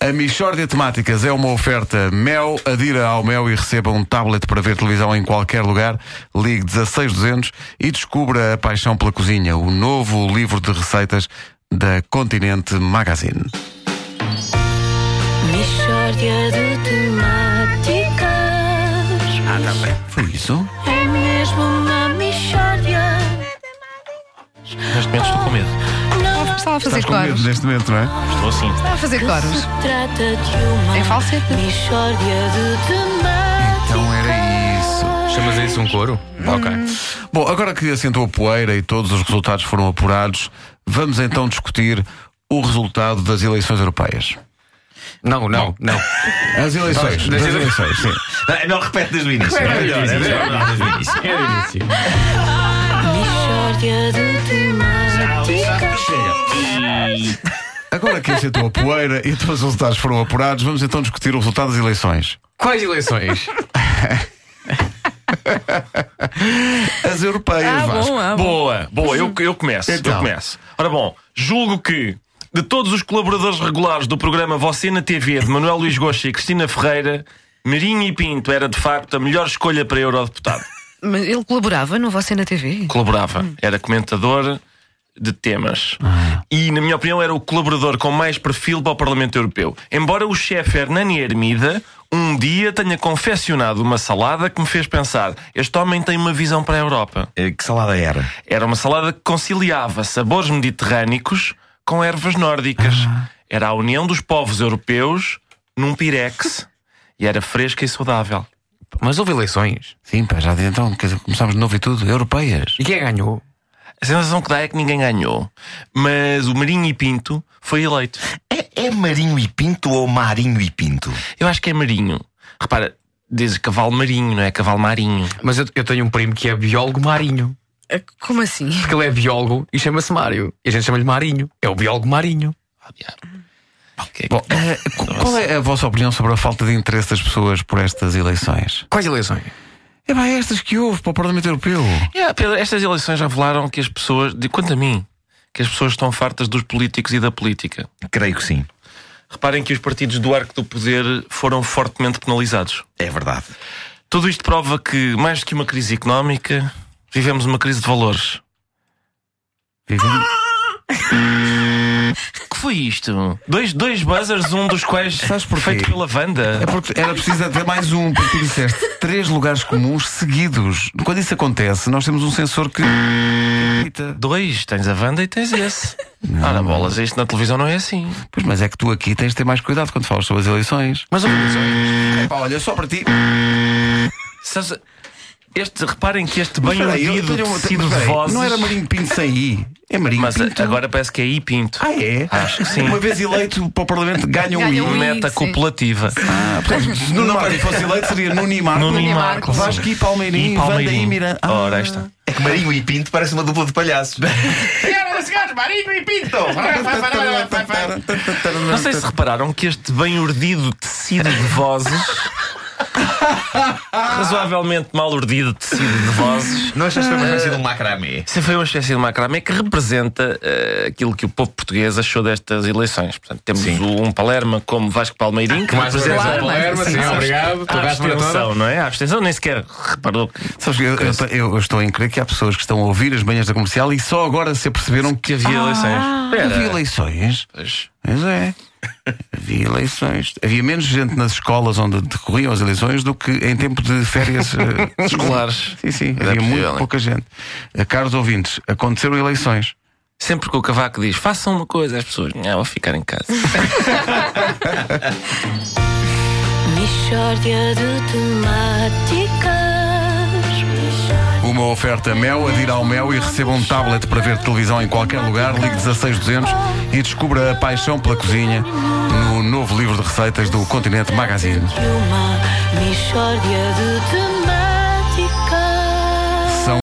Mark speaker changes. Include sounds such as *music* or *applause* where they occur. Speaker 1: A Michórdia Temáticas é uma oferta Mel. Adira ao Mel e receba um tablet para ver televisão em qualquer lugar. Ligue 16200 e descubra a paixão pela cozinha, o novo livro de receitas da Continente Magazine.
Speaker 2: Mistória de temáticas.
Speaker 3: Ah, tá bem.
Speaker 1: Foi isso?
Speaker 2: É mesmo uma mistória.
Speaker 3: Neste momento estou com medo.
Speaker 2: Não
Speaker 4: Estava a fazer
Speaker 1: Estás com medo
Speaker 4: coros.
Speaker 1: neste momento, não é?
Speaker 3: Estou assim.
Speaker 4: Estava a fazer
Speaker 2: se
Speaker 4: coros.
Speaker 2: trata de uma
Speaker 4: Em falsete.
Speaker 2: mistória de temáticas.
Speaker 1: Então era isso. Hum.
Speaker 5: Chamas a isso um couro? Ok.
Speaker 1: Bom, agora que assentou a poeira e todos os resultados foram apurados, vamos então discutir o resultado das eleições europeias.
Speaker 5: Não, não, não.
Speaker 1: As eleições.
Speaker 5: das eleições.
Speaker 1: sim.
Speaker 3: Não, repete desde o início.
Speaker 5: É melhor, é melhor.
Speaker 3: Desde o início.
Speaker 4: Então.
Speaker 2: Mistória de temáticas.
Speaker 1: Agora que assentou a poeira e todos os resultados foram apurados, vamos então discutir o resultado das eleições.
Speaker 5: Quais eleições?
Speaker 1: As europeias,
Speaker 4: Ah,
Speaker 1: Vasco.
Speaker 4: bom, ah, bom.
Speaker 3: Boa, boa, eu, eu começo.
Speaker 1: Então.
Speaker 3: Eu começo. Ora bom, julgo que de todos os colaboradores regulares do programa Você na TV de Manuel Luís Gosta e Cristina Ferreira, Meirinho e Pinto era de facto a melhor escolha para eurodeputado.
Speaker 4: Mas ele colaborava no Você na TV?
Speaker 3: Colaborava,
Speaker 6: Hum.
Speaker 3: era comentador de temas.
Speaker 6: Ah.
Speaker 3: E, na minha opinião, era o colaborador com mais perfil para o Parlamento Europeu. Embora o chefe Hernani Hermida um dia tenha confeccionado uma salada que me fez pensar: este homem tem uma visão para a Europa.
Speaker 6: Eh, Que salada era?
Speaker 3: Era uma salada que conciliava sabores mediterrânicos com ervas nórdicas.
Speaker 6: Ah.
Speaker 3: Era a união dos povos europeus num
Speaker 6: *laughs*
Speaker 3: pirex. E era fresca e saudável.
Speaker 5: Mas houve eleições.
Speaker 1: Sim, pá, já de então, quer dizer, começámos de novo e tudo. Europeias.
Speaker 5: E quem é ganhou?
Speaker 3: A sensação que dá é que ninguém ganhou. Mas o Marinho e Pinto foi eleito.
Speaker 6: É, é Marinho e Pinto ou Marinho e Pinto?
Speaker 3: Eu acho que é marinho. Repara, diz cavalo marinho, não é cavalo marinho.
Speaker 5: Mas eu, eu tenho um primo que é biólogo marinho.
Speaker 4: Ah, Como assim?
Speaker 5: Porque ele é biólogo e chama-se Mário. E a gente chama-lhe Marinho. É o biólogo marinho.
Speaker 3: Ah, diabo. Que-
Speaker 1: Bom, eh, qu- qual é a vossa opinião sobre a falta de interesse das pessoas por estas eleições?
Speaker 5: Quais eleições?
Speaker 1: É pá, estas que houve para o Parlamento Europeu.
Speaker 3: É, Pedro, estas eleições revelaram que as pessoas, de- quanto a mim, que as pessoas estão fartas dos políticos e da política.
Speaker 6: Creio que sim.
Speaker 3: Reparem que os partidos do arco do poder foram fortemente penalizados.
Speaker 6: É verdade.
Speaker 3: Tudo isto prova que, mais do que uma crise económica, vivemos uma crise de valores.
Speaker 1: Vivendo-
Speaker 3: Que foi isto? Dois, dois buzzers, um dos quais
Speaker 1: Sabes porquê?
Speaker 3: feito pela Wanda.
Speaker 1: É porque era preciso até mais um, porque tu disseste três lugares comuns seguidos. Quando isso acontece, nós temos um sensor que. apita.
Speaker 3: Dois, tens a Wanda e
Speaker 1: *laughs*
Speaker 3: tens esse. Ora, bolas, isto na televisão não é assim.
Speaker 1: Pois, mas é que tu aqui tens de ter mais cuidado quando falas sobre as eleições. É
Speaker 5: Mas houve eleições.
Speaker 1: Pá, olha, só para ti.
Speaker 3: Sabes, este, reparem que este
Speaker 1: Mas
Speaker 3: bem
Speaker 1: espera aí, eu
Speaker 3: ouvido
Speaker 1: tenho uma-
Speaker 3: tecido
Speaker 1: mas
Speaker 3: de
Speaker 1: espera aí,
Speaker 3: vozes.
Speaker 1: Não era Marinho Pinto sem I. É Marinho
Speaker 3: mas
Speaker 1: Pinto.
Speaker 3: agora parece que é I Pinto.
Speaker 1: Ah, é?
Speaker 3: Acho que sim.
Speaker 1: Uma vez eleito para o Parlamento, ganha um I.
Speaker 4: Ganha um I.
Speaker 3: Meta
Speaker 4: sim.
Speaker 3: copulativa.
Speaker 1: Ah, portanto, se Nuno Marco fosse eleito, seria Nuno e Marco.
Speaker 3: Nuno e Marco.
Speaker 1: Vasco e Palmeirinho.
Speaker 3: E
Speaker 1: Wanda e
Speaker 3: Palmeirinho.
Speaker 1: Miranda. Ah.
Speaker 3: Ora, aí está.
Speaker 6: É que Marinho e Pinto parece uma dupla de *laughs* palhaços. *laughs*
Speaker 3: Não sei se repararam que este bem urdido tecido de
Speaker 1: *laughs*
Speaker 3: vozes. razoavelmente mal urdido tecido de vozes.
Speaker 6: Não achas que foi uma espécie de um macramé?
Speaker 3: Isso foi uma espécie de macramé que representa eh, aquilo que o povo português achou destas eleições. Portanto, temos o- um Palerma como Vasco Palmeirinho, Ah, que
Speaker 5: Mais
Speaker 3: representa
Speaker 5: presença
Speaker 4: claro,
Speaker 5: ao Palermo.
Speaker 4: mas-
Speaker 5: Sim,
Speaker 4: Sabes-
Speaker 5: obrigado.
Speaker 3: a
Speaker 5: Toda a semana toda.
Speaker 3: abstenção, não é? A abstenção nem sequer reparou. que-
Speaker 1: Sabes que eu, eu- eu- eu estou a crer que há pessoas que estão a ouvir as manhãs da comercial e só agora se aperceberam que
Speaker 3: Que havia eleições. Espera.
Speaker 1: havia eleições.
Speaker 3: Pois.
Speaker 1: Mas é. Havia eleições. Havia menos gente nas escolas onde decorriam as eleições do que em tempo de férias eh,
Speaker 3: Escolares.
Speaker 1: Sim, sim.
Speaker 3: Era
Speaker 1: havia
Speaker 3: possível,
Speaker 1: muito
Speaker 3: hein?
Speaker 1: pouca gente. Eh, Caros ouvintes, aconteceram eleições.
Speaker 3: Sempre que o Cavaco diz façam uma coisa, as pessoas, não, vou ficar em casa.
Speaker 2: Mistória de temáticas.
Speaker 1: Uma oferta Mel, adira ao Mel e receba um tablet para ver televisão em qualquer lugar, ligue 16200 e descubra a paixão pela cozinha no novo livro de receitas do Continente Magazine.
Speaker 2: De uma mistória de temáticas.